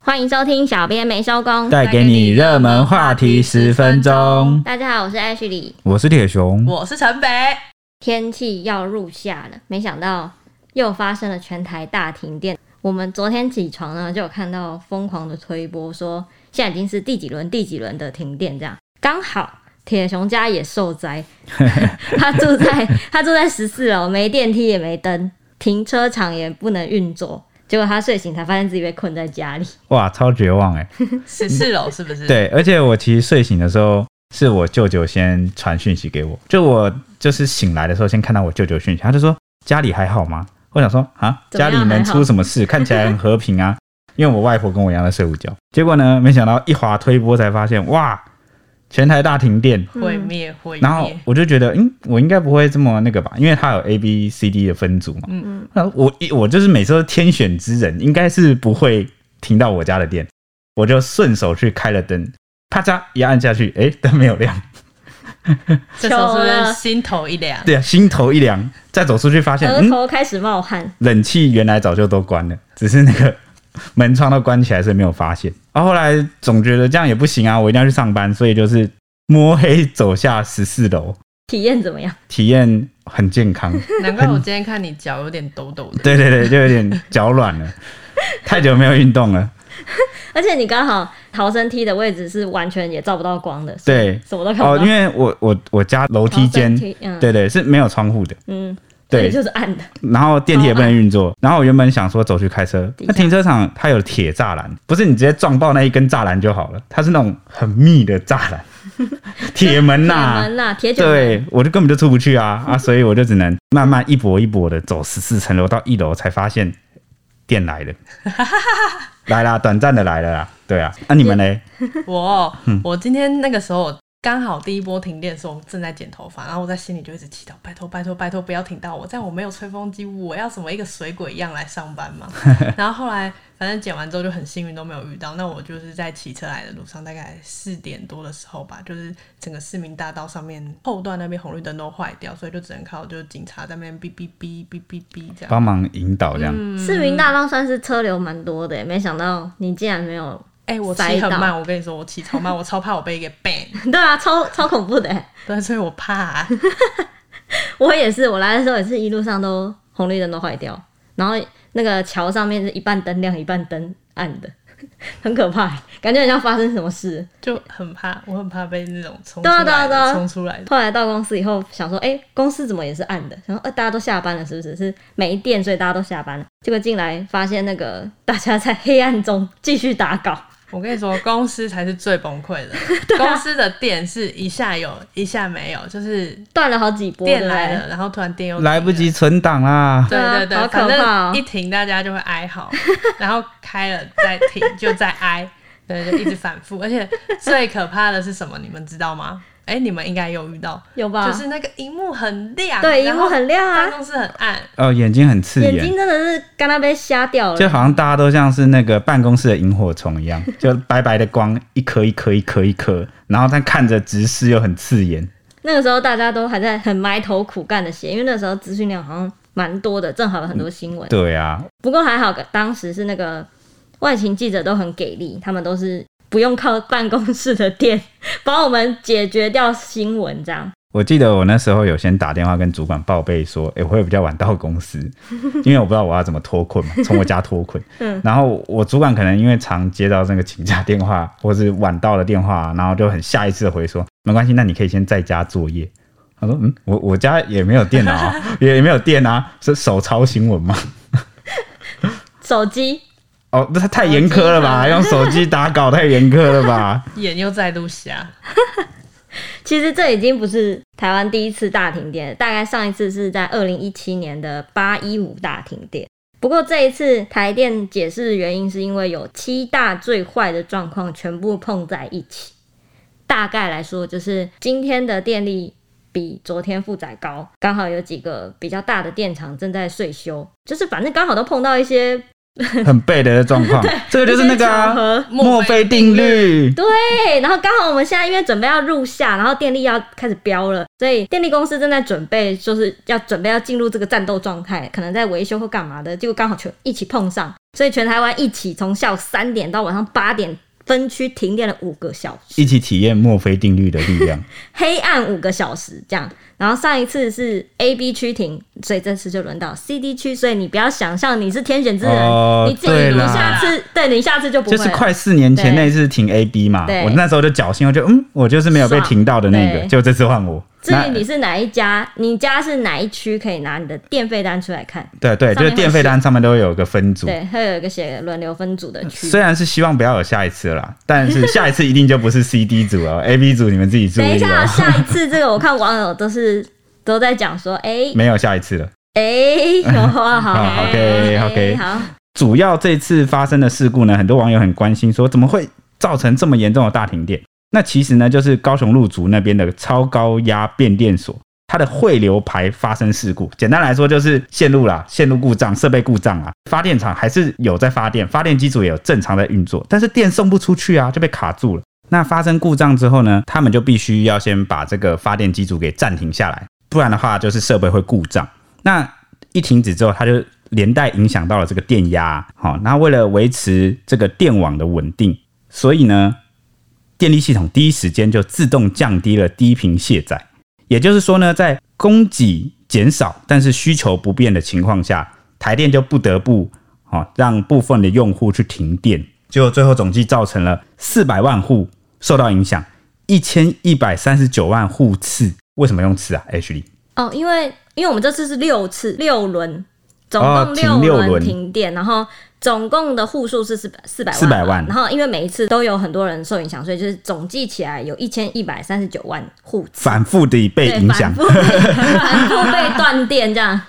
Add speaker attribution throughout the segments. Speaker 1: 欢迎收听《小编没收工》，
Speaker 2: 带给你热门话题十分钟。
Speaker 1: 大家好，我是 Ashley。
Speaker 2: 我是铁熊，
Speaker 3: 我是陈北，
Speaker 1: 天气要入夏了，没想到又发生了全台大停电。我们昨天起床呢，就有看到疯狂的推波，说现在已经是第几轮、第几轮的停电，这样刚好铁熊家也受 灾，他住在他住在十四楼，没电梯也没灯，停车场也不能运作。结果他睡醒才发现自己被困在家里，
Speaker 2: 哇，超绝望哎、
Speaker 3: 十四楼是不是？，
Speaker 2: 对，而且我其实睡醒的时候，是我舅舅先传讯息给我，就我就是醒来的时候先看到我舅舅讯息，他就说家里还好吗？我想说啊，
Speaker 1: 怎么
Speaker 2: 家
Speaker 1: 样
Speaker 2: 里能
Speaker 1: 还好
Speaker 2: 出什么事？看起来很和平啊。 因为我外婆跟我一样在睡午觉，结果呢，没想到一滑推波才发现，哇，全台大停电。
Speaker 3: 毁灭毁
Speaker 2: 然后
Speaker 3: 灭，
Speaker 2: 我就觉得，嗯，我应该不会这么那个吧，因为它有 A、B、C、D 的分组嘛。
Speaker 3: 嗯
Speaker 2: 那我一我就是每次都天选之人，应该是不会停到我家的电，我就顺手去开了灯，啪嚓一按下去，哎、灯没有亮，
Speaker 3: 这时候
Speaker 1: 糗
Speaker 3: 是不
Speaker 1: 了
Speaker 3: 是心头一凉？
Speaker 2: 对啊，心头一凉，再走出去发现，
Speaker 1: 额
Speaker 2: 嗯，
Speaker 1: 头开始冒汗。
Speaker 2: 冷气原来早就都关了，只是那个门窗都关起来，所以没有发现。然后后来总觉得这样也不行啊，我一定要去上班，所以就是摸黑走下十四楼，体
Speaker 1: 验怎么样？
Speaker 2: 体验很健康。
Speaker 3: 难怪我今天看你脚有点抖抖的，
Speaker 2: 对对对，就有点脚软了，太久没有运动了。
Speaker 1: 而且你刚好逃生梯的位置是完全也照不到光的，所以
Speaker 2: 对，
Speaker 1: 什么都看不到。
Speaker 2: 哦，因为我我我家楼梯间
Speaker 1: 逃生，梯嗯，
Speaker 2: 对对是没有窗户的，
Speaker 1: 嗯，
Speaker 2: 对
Speaker 1: 所以就是暗的，
Speaker 2: 然后电梯也不能运作。然后我原本想说走去开车，
Speaker 1: 哦底下
Speaker 2: 那停车场它有铁栅栏，不是你直接撞爆那一根栅栏就好了，它是那种很密的 栅栏，铁门呐、
Speaker 1: 铁门呐、铁卷门，
Speaker 2: 对，我就根本就出不去啊啊！所以我就只能慢慢一跛一跛的走十四层楼到一楼，才发现电来 了，来啦，短暂的来了啦。对啊，那、你们嘞？
Speaker 1: 嗯
Speaker 3: 我我今天那个时候刚好第一波停电的时候，我正在剪头发，然后我在心里就一直祈祷，拜托拜托拜托不要停到我，在我没有吹风机，我要什么一个水鬼一样来上班 嘛。然后后来反正剪完之后就很幸运都没有遇到，那我就是在骑车来的路上，大概四点多的时候吧，就是整个市民大道上面后段那边红绿灯都坏掉，所以就只能靠就是警察在那边哔哔哔哔哔哔这样。
Speaker 2: 帮忙引导这样。
Speaker 1: 嗯市民大道算是车流蛮多的，欸没想到你竟然没有，
Speaker 3: 哎、我骑
Speaker 1: 塞
Speaker 3: 很
Speaker 1: 到
Speaker 3: 慢，我跟你说，我骑超慢，我超怕我被一个 ban，
Speaker 1: 对啊，超超恐怖的。欸
Speaker 3: 对，所以我怕啊、
Speaker 1: 我也是，我来的时候也是一路上都红绿灯都坏掉，然后那个桥上面是一半灯亮一半灯暗的， 很可怕，欸感觉很像发生什么事。
Speaker 3: 就很怕，我很怕被那种冲出
Speaker 1: 对啊
Speaker 3: 来
Speaker 1: 对啊对啊
Speaker 3: 的冲出来的。
Speaker 1: 后来到公司以后，想说，哎、公司怎么也是暗的？想说，呃，大家都下班了，是不是？是没电，所以大家都下班了。结果进来发现，那个大家在黑暗中继续打 稿，
Speaker 3: 我跟你说，公司才是最崩溃 的。
Speaker 1: 啊
Speaker 3: 公司的电是一下有，一下没有，就是
Speaker 1: 断了好几波，
Speaker 3: 电
Speaker 1: 对不对
Speaker 3: 来了，然后突然电又停了
Speaker 2: 来不及。存档啦，
Speaker 3: 对对
Speaker 1: 对啊好
Speaker 3: 对，
Speaker 1: 可
Speaker 3: 反
Speaker 1: 怕哦
Speaker 3: 正一停大家就会 哀嚎，然后开了再停就再哀，对，就一直反复。而且最可怕的是什么？你们知道吗？哎，你们应该有遇到，
Speaker 1: 有吧？
Speaker 3: 就是那个荧幕很亮，
Speaker 1: 啊对，
Speaker 3: 然
Speaker 1: 荧
Speaker 3: 后
Speaker 1: 幕很亮
Speaker 3: 办
Speaker 1: 啊，
Speaker 3: 公室很暗，
Speaker 2: 哦，眼睛很刺
Speaker 1: 眼
Speaker 2: 眼
Speaker 1: 睛，真的是刚刚被瞎 掉
Speaker 2: 就
Speaker 3: 啊
Speaker 1: 了。
Speaker 2: 好像大家都像是那个办公室的萤火虫一样，就白白的光，一颗一颗一颗一颗，然后但看着直视又很刺眼。
Speaker 1: 那个时候大家都还在很埋头苦干的写，因为那时候资讯量好像蛮多的，正好有很多新闻。
Speaker 2: 对啊，
Speaker 1: 不过还好，当时是那个外勤记者都很给力，他们都是不用靠办公室的电帮我们解决掉新闻，这样
Speaker 2: 我记得我那时候有先打电话跟主管报备说，哎、我会比较晚到公 司，因为我不知道我要怎么脱困嘛，从我家脱 困。然后我主管可能因为常接到那个请假电话或是晚到的电话，然后就很下意识的回说，没关系，那你可以先在家作业。他说，嗯，我我家也没有电脑、 啊，也也没有电啊，是手抄新闻吗？
Speaker 1: 手机
Speaker 2: 哦，那他太严苛了吧？用手机打稿太严苛了吧？
Speaker 3: 眼又再度瞎。
Speaker 1: 其实这已经不是台湾第一次大停电了，大概上一次是在二零一七年的八一五大停电。不过这一次台电解释原因是因为有七大最坏的状况全部碰在一起。大概来说，就是今天的电力比昨天负载高，刚好有几个比较大的电厂正在税修，就是反正刚好都碰到一些
Speaker 2: 很背的状 况，这个就是那个啊
Speaker 1: 这是巧合
Speaker 2: 墨菲定律。
Speaker 1: 对，然后刚好我们现在因为准备要入夏，然后电力要开始飙了，所以电力公司正在准备，就是要准备要进入这个战斗状态，可能在维修或干嘛的，结果刚好全一起碰上，所以全台湾一起从下午三点到晚上八点。分区停电了五个小时，
Speaker 2: 一起体验墨菲定律的力量。
Speaker 1: 黑暗五个小时这样。然后上一次是 A、B 区停，所以这次就轮到 C、D 区。所以你不要想象你是天选之人，
Speaker 2: 哦
Speaker 1: 你自己
Speaker 2: 对
Speaker 1: 你
Speaker 2: 啦
Speaker 1: 下次对你下次 就不
Speaker 2: 就
Speaker 1: 会
Speaker 2: 是
Speaker 1: 了
Speaker 2: 快四年前
Speaker 1: 对
Speaker 2: 那一次停 A B 嘛
Speaker 1: 对，
Speaker 2: 我那时候就侥幸，我就嗯，我就是没有被
Speaker 1: 爽
Speaker 2: 停到的那个，
Speaker 1: 对
Speaker 2: 就这次换我。
Speaker 1: 至
Speaker 2: 那
Speaker 1: 于你是哪一家，你家是哪一区，可以拿你的电费单出来看。
Speaker 2: 对对，
Speaker 1: 上
Speaker 2: 就
Speaker 1: 面
Speaker 2: 是电费单上面都有个分组，
Speaker 1: 对，会有一个写轮流分组的区。
Speaker 2: 虽然是希望不要有下一次啦，但是下一次一定就不是 C D 组了，A B 组你们自己注
Speaker 1: 等一
Speaker 2: 意
Speaker 1: 下，
Speaker 2: 哦，
Speaker 1: 下一次这个我看网友都是都在讲说，哎、
Speaker 2: 没有下一次了。
Speaker 1: 诶 哎、有话好
Speaker 2: 好，OK，
Speaker 1: 哎
Speaker 2: OK
Speaker 1: 好，
Speaker 2: 主要这次发生的事故呢，很多网友很关心，说怎么会造成这么严重的大停电？那其实呢，就是高雄路竹那边的超高压变电所，它的汇流排发生事故。简单来说，就是线路啦，线路故障、设备故障啊，发电厂还是有在发电，发电机组也有正常在运作，但是电送不出去啊，就被卡住了。那发生故障之后呢，他们就必须要先把这个发电机组给暂停下来，不然的话就是设备会故障。那一停止之后，它就连带影响到了这个电压。好，那为了维持这个电网的稳定，所以呢，电力系统第一时间就自动降低了低频卸载。也就是说呢，在供给减少但是需求不变的情况下，台电就不得不哦让部分的用户去停电，结果最后总计造成了四百万户受到影响，一千一百三十九万户次。为什么用次啊？H 里
Speaker 1: 哦，因为因为我们这次是六次六轮，总
Speaker 2: 哦
Speaker 1: 共
Speaker 2: 停六
Speaker 1: 轮
Speaker 2: 轮
Speaker 1: 停电，然后总共的户数是四四百
Speaker 2: 400万
Speaker 1: 然后因为每一次都有很多人受影响，所以就是总计起来有一千一百三十九万户次
Speaker 2: 反复的被
Speaker 1: 对
Speaker 2: 影响
Speaker 1: 反，复 反复被断电这样。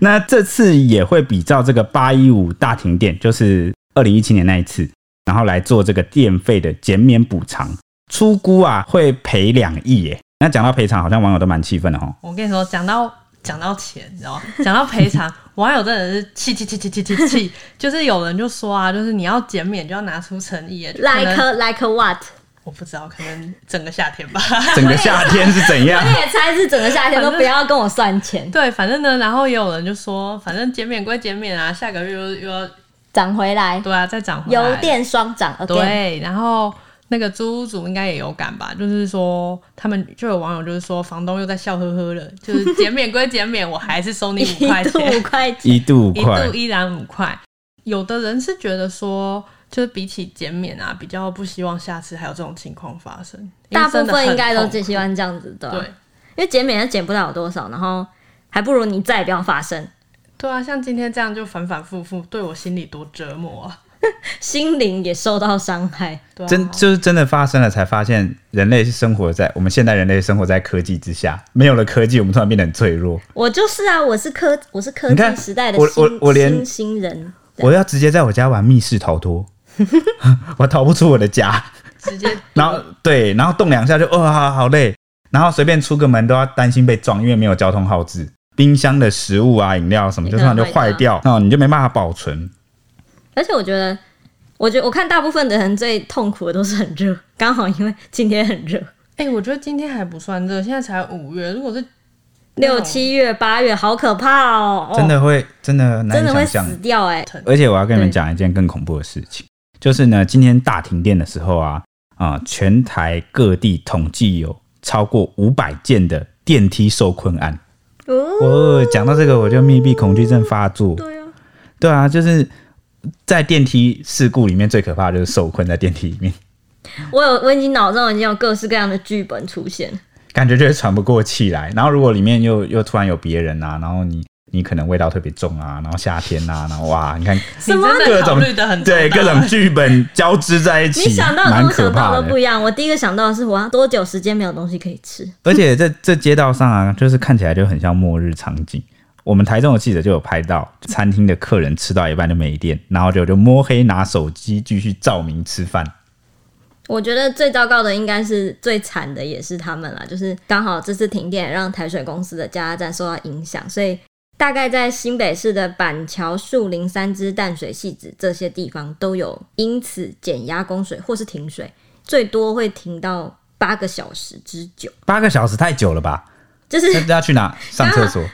Speaker 2: 那这次也会比照这个八一五大停电，就是二零一七年那一次，然后来做这个电费的减免补偿，出估啊会赔两亿耶。那讲到赔偿，好像网友都蛮气愤的哦。
Speaker 3: 我跟你说，讲到讲到钱，你知道吗？讲到 赔偿，网友真的是气气气气气气气，就是有人就说啊，就是你要减免就要拿出诚意耶，就可
Speaker 1: Like
Speaker 3: 能
Speaker 1: like what？
Speaker 3: 我不知道，可能整个夏天吧。
Speaker 2: 整个夏天是怎样
Speaker 1: 我？也猜是整个夏天都不要跟我算钱，
Speaker 3: 对，反正呢，然后也有人就说，反正减免归减免啊，下个月又又要
Speaker 1: 涨回来，
Speaker 3: 对啊，再涨回来。
Speaker 1: 油电双涨 a g
Speaker 3: 对，然后那个租屋主应该也有感吧，就是说他们就有网友就是说，房东又在笑呵呵了，就是减免归减免，我还是收你五块
Speaker 1: 一度五
Speaker 3: 钱，
Speaker 1: 块钱，
Speaker 2: 一度五
Speaker 3: 一
Speaker 2: 块
Speaker 3: 度，依然五块。有的人是觉得说，就是比起减免啊，比较不希望下次还有这种情况发生。因
Speaker 1: 大
Speaker 3: 为
Speaker 1: 部
Speaker 3: 真的
Speaker 1: 分
Speaker 3: 很
Speaker 1: 应该都
Speaker 3: 痛
Speaker 1: 只
Speaker 3: 苦
Speaker 1: 喜欢这样子的，
Speaker 3: 对
Speaker 1: 因为减免也减不了多少，然后还不如你再也不要发生，
Speaker 3: 对啊，像今天这样就反反复复，对我心里多折磨啊！
Speaker 1: 心灵也受到伤害。
Speaker 3: 对啊，
Speaker 2: 真就是真的发生了，才发现人类是生活在我们现代人类生活在科技之下，没有了科技，我们突然变得很脆弱。
Speaker 1: 我就是啊，我是科，我是科
Speaker 2: 你
Speaker 1: 技
Speaker 2: 看
Speaker 1: 时代的
Speaker 2: 我
Speaker 1: 新
Speaker 2: 我我连
Speaker 1: 新新人，
Speaker 2: 我要直接在我家玩密室逃脱， 我逃不出我的家。
Speaker 3: 直 接
Speaker 2: 然后对，然后动两下就哦，好好累，然后随便出个门都要担心被撞，因为没有交通号志，冰箱的食物啊、饮料什么，
Speaker 1: 也
Speaker 2: 就
Speaker 1: 可
Speaker 2: 突
Speaker 1: 能
Speaker 2: 然就坏掉，哦，你就没办法保存。
Speaker 1: 而且我觉得，我觉得我看大部分的人最痛苦的都是很热，刚好因为今天很热。
Speaker 3: 哎、我觉得今天还不算热，现在才五月，如果是
Speaker 1: 六七月、八月，好可怕哦！哦
Speaker 2: 真的会，真的难
Speaker 1: 真
Speaker 2: 以
Speaker 1: 的会
Speaker 2: 想象
Speaker 1: 死。掉哎、
Speaker 2: 而且我要跟你们
Speaker 1: 对
Speaker 2: 讲一件更恐怖的事情，就是呢，今天大停电的时候啊，啊、全台各地统计有超过五百件的电梯受困案。
Speaker 1: 哦，
Speaker 2: 哦，讲到这个，我就密闭恐惧症发作。
Speaker 1: 对啊，
Speaker 2: 对啊，就是在电梯事故里面最可怕的就是受困在电梯里面，
Speaker 1: 我有，我已经脑中已经有各式各样的剧本出现。
Speaker 2: 感觉就会喘不过气来。然后如果里面又又突然有别人啊，然后你你可能味道特别重啊，然后夏天啊，然后哇，你看
Speaker 1: 什么
Speaker 3: 你真
Speaker 2: 各
Speaker 3: 的考
Speaker 2: 种
Speaker 3: 虑的很周
Speaker 2: 对
Speaker 3: 到
Speaker 2: 各种剧本交织在一
Speaker 1: 你
Speaker 2: 起
Speaker 1: 想到，的跟
Speaker 2: 蛮
Speaker 1: 我
Speaker 2: 可
Speaker 1: 想到
Speaker 2: 怕
Speaker 1: 的不
Speaker 2: 的。
Speaker 1: 一样。我第一个想到的是，我要多久时间没有东西可以吃？
Speaker 2: 而且这这街道上啊，就是看起来就很像末日场景。我们台中的记者就有拍到，餐厅的客人吃到一半就没电，然后就就摸黑拿手机继续照明吃饭。
Speaker 1: 我觉得最糟糕的应该是最惨的，也是他们啦。就是刚好这次停电让台水公司的加油站受到影响，所以大概在新北市的板桥、树林、三支、淡水、戏子这些地方都有，因此减压供水或是停水，最多会停到八个小时之久，
Speaker 2: 八个小时太久了吧？
Speaker 1: 就是
Speaker 2: 那要去哪上 厕所？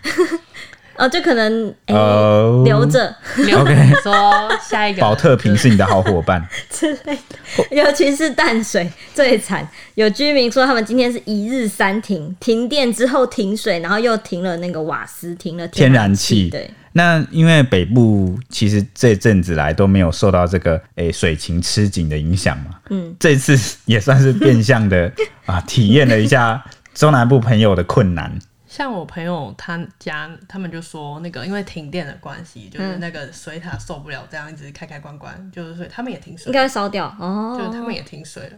Speaker 1: 呃，就可能诶、
Speaker 2: 哦
Speaker 1: 留着
Speaker 3: 留着你说下一个
Speaker 2: 保特瓶是你的好 伙伴，
Speaker 1: 之类的，尤其是淡水最惨。有居民说，他们今天是一日三停，停电之后停水，然后又停了那个瓦斯，停了
Speaker 2: 天然
Speaker 1: 气。
Speaker 2: 气
Speaker 1: 对，
Speaker 2: 那因为北部其实这阵子来都没有受到这个诶、水情吃紧的影响嘛，
Speaker 1: 嗯，
Speaker 2: 这次也算是变相的啊，体验了一下中南部朋友的困难。
Speaker 3: 像我朋友他家，他们就说那个因为停电的关系，就是
Speaker 1: 嗯
Speaker 3: 那个水塔受不了，这样一直开开关关，就是所以他们也停水
Speaker 1: 应，该会烧掉哦。嗯
Speaker 3: 就是他们也停水了。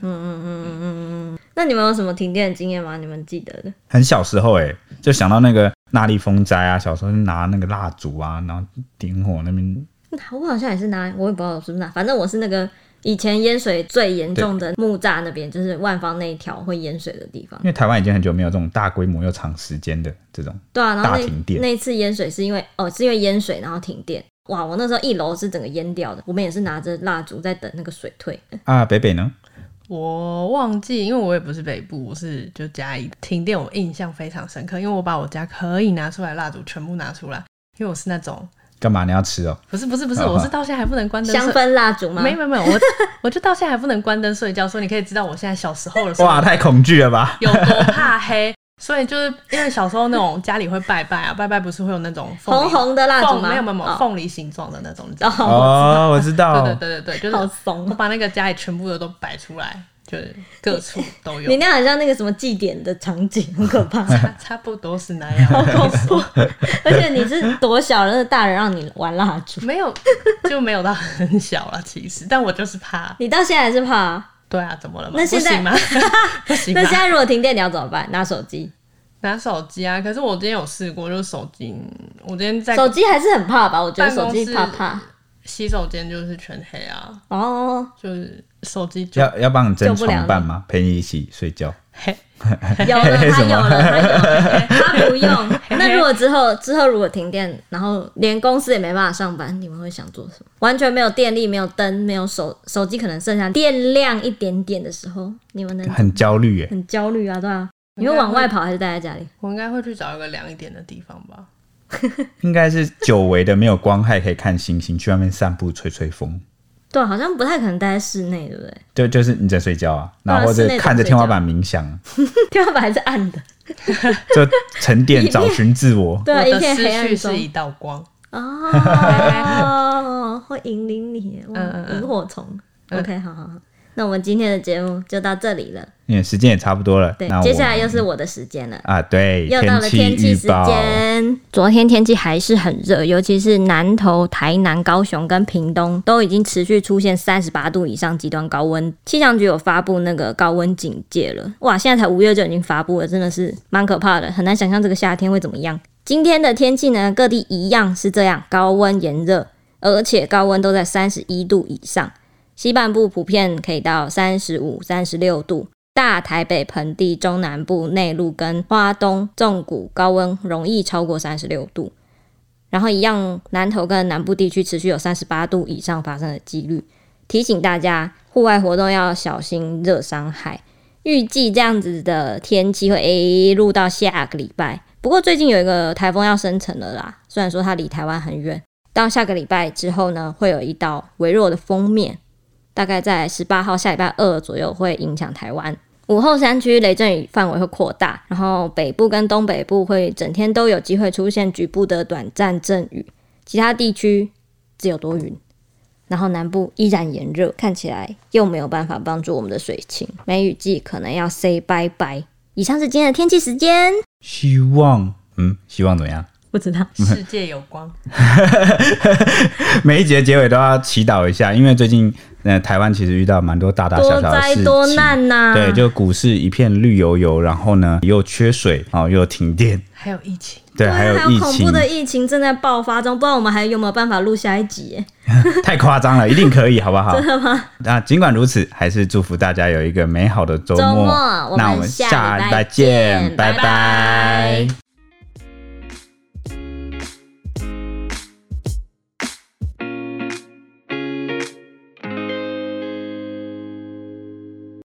Speaker 1: 那你们有什么停电的经验吗？你们记得的？
Speaker 2: 很小时候诶、就想到那个那莉风灾啊，小时候就拿那个蜡烛啊，然后点火那边，
Speaker 1: 我好像也是拿，我也不知道我是不是拿，反正我是那个以前淹水最严重的木栅那边，就是万方那一条会淹水的地方
Speaker 2: 因。为台湾已经很久没有这种大规模又长时间的这种，
Speaker 1: 对啊，然后
Speaker 2: 大停
Speaker 1: 那
Speaker 2: 电
Speaker 1: 那一次淹水是因为哦，是因为淹水然后停电。哇，我那时候一楼是整个淹掉的，我们也是拿着蜡烛在等那个水退。
Speaker 2: 啊，北北呢？
Speaker 3: 我忘记，因为我也不是北部，我是就嘉义停电，我印象非常深刻，因为我把我家可以拿出来的蜡烛全部拿出来，因为我是那种
Speaker 2: 干嘛你要吃哦？
Speaker 3: 不是不是不是，
Speaker 2: 啊
Speaker 3: 我是到现在还不能关灯
Speaker 1: 香
Speaker 3: 睡，
Speaker 1: 氛蜡烛吗？
Speaker 3: 没有没有没有，我我就到现在还不能关灯睡觉，所以你可以知道我现在小时候的时候
Speaker 2: 哇，太恐惧了吧！
Speaker 3: 有多怕黑，所以就是因为小时候那种家里会拜拜啊，拜拜不是会有那种凤梨
Speaker 1: 红红的蜡烛
Speaker 3: 凤
Speaker 1: 吗？
Speaker 3: 没有没有没有
Speaker 1: 哦，
Speaker 3: 凤梨形状的那种，你知道吗
Speaker 1: 哦
Speaker 2: 哦，我知道，
Speaker 3: 对对对对对，
Speaker 1: 好
Speaker 3: 就是
Speaker 1: 怂
Speaker 3: 我
Speaker 1: 哦。
Speaker 3: 把那个家里全部的都摆出来，就是各处都有
Speaker 1: 你。那很像那个什么祭典的场景，很可 怕，
Speaker 3: 差差不多是那样，我跟你 说
Speaker 1: 而且你是多小，那个大人让你玩蜡 烛，
Speaker 3: 没有就没有到很小了，其实，但我就是怕，
Speaker 1: 你到现在还是怕啊、
Speaker 3: 对啊，怎么了嘛？
Speaker 1: 那现在
Speaker 3: 不行吗？不行吗啊
Speaker 1: 那？现在如果停电，你要怎么办？拿手机，
Speaker 3: 拿手机啊！可是我今天有试过，就是手机，我今天在
Speaker 1: 手机还是很怕吧？我觉得手机怕
Speaker 3: 办公室
Speaker 1: 怕
Speaker 3: 洗手间就是全黑啊，
Speaker 1: 哦，
Speaker 3: 就是手机就
Speaker 2: 要要帮你争
Speaker 1: 救不了
Speaker 2: 床伴
Speaker 1: 你
Speaker 2: 吗？陪你一起睡觉。
Speaker 3: 黑。
Speaker 1: 有了，
Speaker 2: 嘿
Speaker 1: 他
Speaker 2: 什么
Speaker 1: 有了，他有了，他 不用。那如果之后之后如果停电，然后连公司也没办法上班，你们会想做什么？完全没有电力，没有灯，没有手手机，可能剩下电量一点点的时候，你们能
Speaker 2: 很焦虑耶。
Speaker 1: 很焦虑啊，对啊。你会往外跑还是待在家里？
Speaker 3: 我应该会去找一个凉一点的地方吧。
Speaker 2: 应该是久违的没有光害，可以看星星，去外面散步吹吹风。
Speaker 1: 对啊，好像不太可能待在室内，对不对？
Speaker 2: 就就是你在睡觉啊，
Speaker 1: 对啊
Speaker 2: 然后或
Speaker 1: 室
Speaker 2: 者
Speaker 1: 内
Speaker 2: 看着
Speaker 1: 怎么睡
Speaker 2: 天花板冥想，
Speaker 1: 天花板还是暗的，
Speaker 2: 就沉淀
Speaker 1: 一片
Speaker 2: 找寻自 我。
Speaker 1: 对啊，
Speaker 3: 我
Speaker 1: 一
Speaker 3: 的
Speaker 1: 片
Speaker 3: 思
Speaker 1: 黑暗
Speaker 3: 绪是一
Speaker 1: 中
Speaker 3: 道光。
Speaker 1: 哦，会引领你，哇
Speaker 3: 嗯嗯嗯
Speaker 1: 萤火虫。
Speaker 3: 嗯
Speaker 1: OK，好好好，那我们今天的节目就到这里了。
Speaker 2: 因为时间也差不多了，
Speaker 1: 对
Speaker 2: 那，
Speaker 1: 接
Speaker 2: 我
Speaker 1: 下来
Speaker 2: 们
Speaker 1: 又是我的时间了。
Speaker 2: 啊，对，
Speaker 1: 又到了天气
Speaker 2: 气
Speaker 1: 时
Speaker 2: 预报。
Speaker 1: 间，昨天天气还是很热，尤其是南投、台南、高雄跟屏东都已经持续出现三十八度以上极端高温。气象局有发布那个高温警戒了，哇，现在才五月就已经发布了，真的是蛮可怕的，很难想象这个夏天会怎么样。今天的天气呢，各地一样是这样，高温炎热，而且高温都在三十一度以上，西半部普遍可以到三十五、三十六度。大台北盆地中南部内陆跟花东纵谷高温容易超过三十六度，然后一样南投跟南部地区持续有三十八度以上发生的几率。提醒大家，户外活动要小心热伤害。预计这样子的天气会一路到下个礼拜。不过最近有一个台风要生成了啦，虽然说它离台湾很远，到下个礼拜之后呢，会有一道微弱的封面，大概在十八号下礼拜二左右会影响台湾。午后山区雷阵雨范围会扩大，然后北部跟东北部会整天都有机会出现局部的短暂阵雨，其他地区只有多云。然后南部依然炎热，看起来又没有办法帮助我们的水情，梅雨季可能要 say 拜拜。以上是今天的天气时间，
Speaker 2: 希望，嗯，希望怎么样？
Speaker 1: 不知道
Speaker 3: 世界有光，
Speaker 2: 每一节结尾都要祈祷一下，因为最近，呃，台湾其实遇到蛮多大大小
Speaker 1: 多
Speaker 2: 小的事
Speaker 1: 灾
Speaker 2: 情。
Speaker 1: 多难呐、
Speaker 2: 对，就股市一片绿油油，然后呢又缺水，哦，又停电，
Speaker 3: 还有疫情，
Speaker 2: 对，
Speaker 1: 啊还
Speaker 2: 有疫
Speaker 1: 恐
Speaker 2: 情
Speaker 1: 怖，的疫情正在爆发中，不知道我们还有没有办法录下一集耶？
Speaker 2: 太夸张了，一定可以，好 不好？真的吗？那尽管如此，还是祝福大家有一个美好的周末。
Speaker 1: 周末我们
Speaker 2: 那我们
Speaker 1: 下
Speaker 2: 下
Speaker 1: 礼拜
Speaker 2: 拜见，
Speaker 1: 见
Speaker 2: 拜
Speaker 1: 拜拜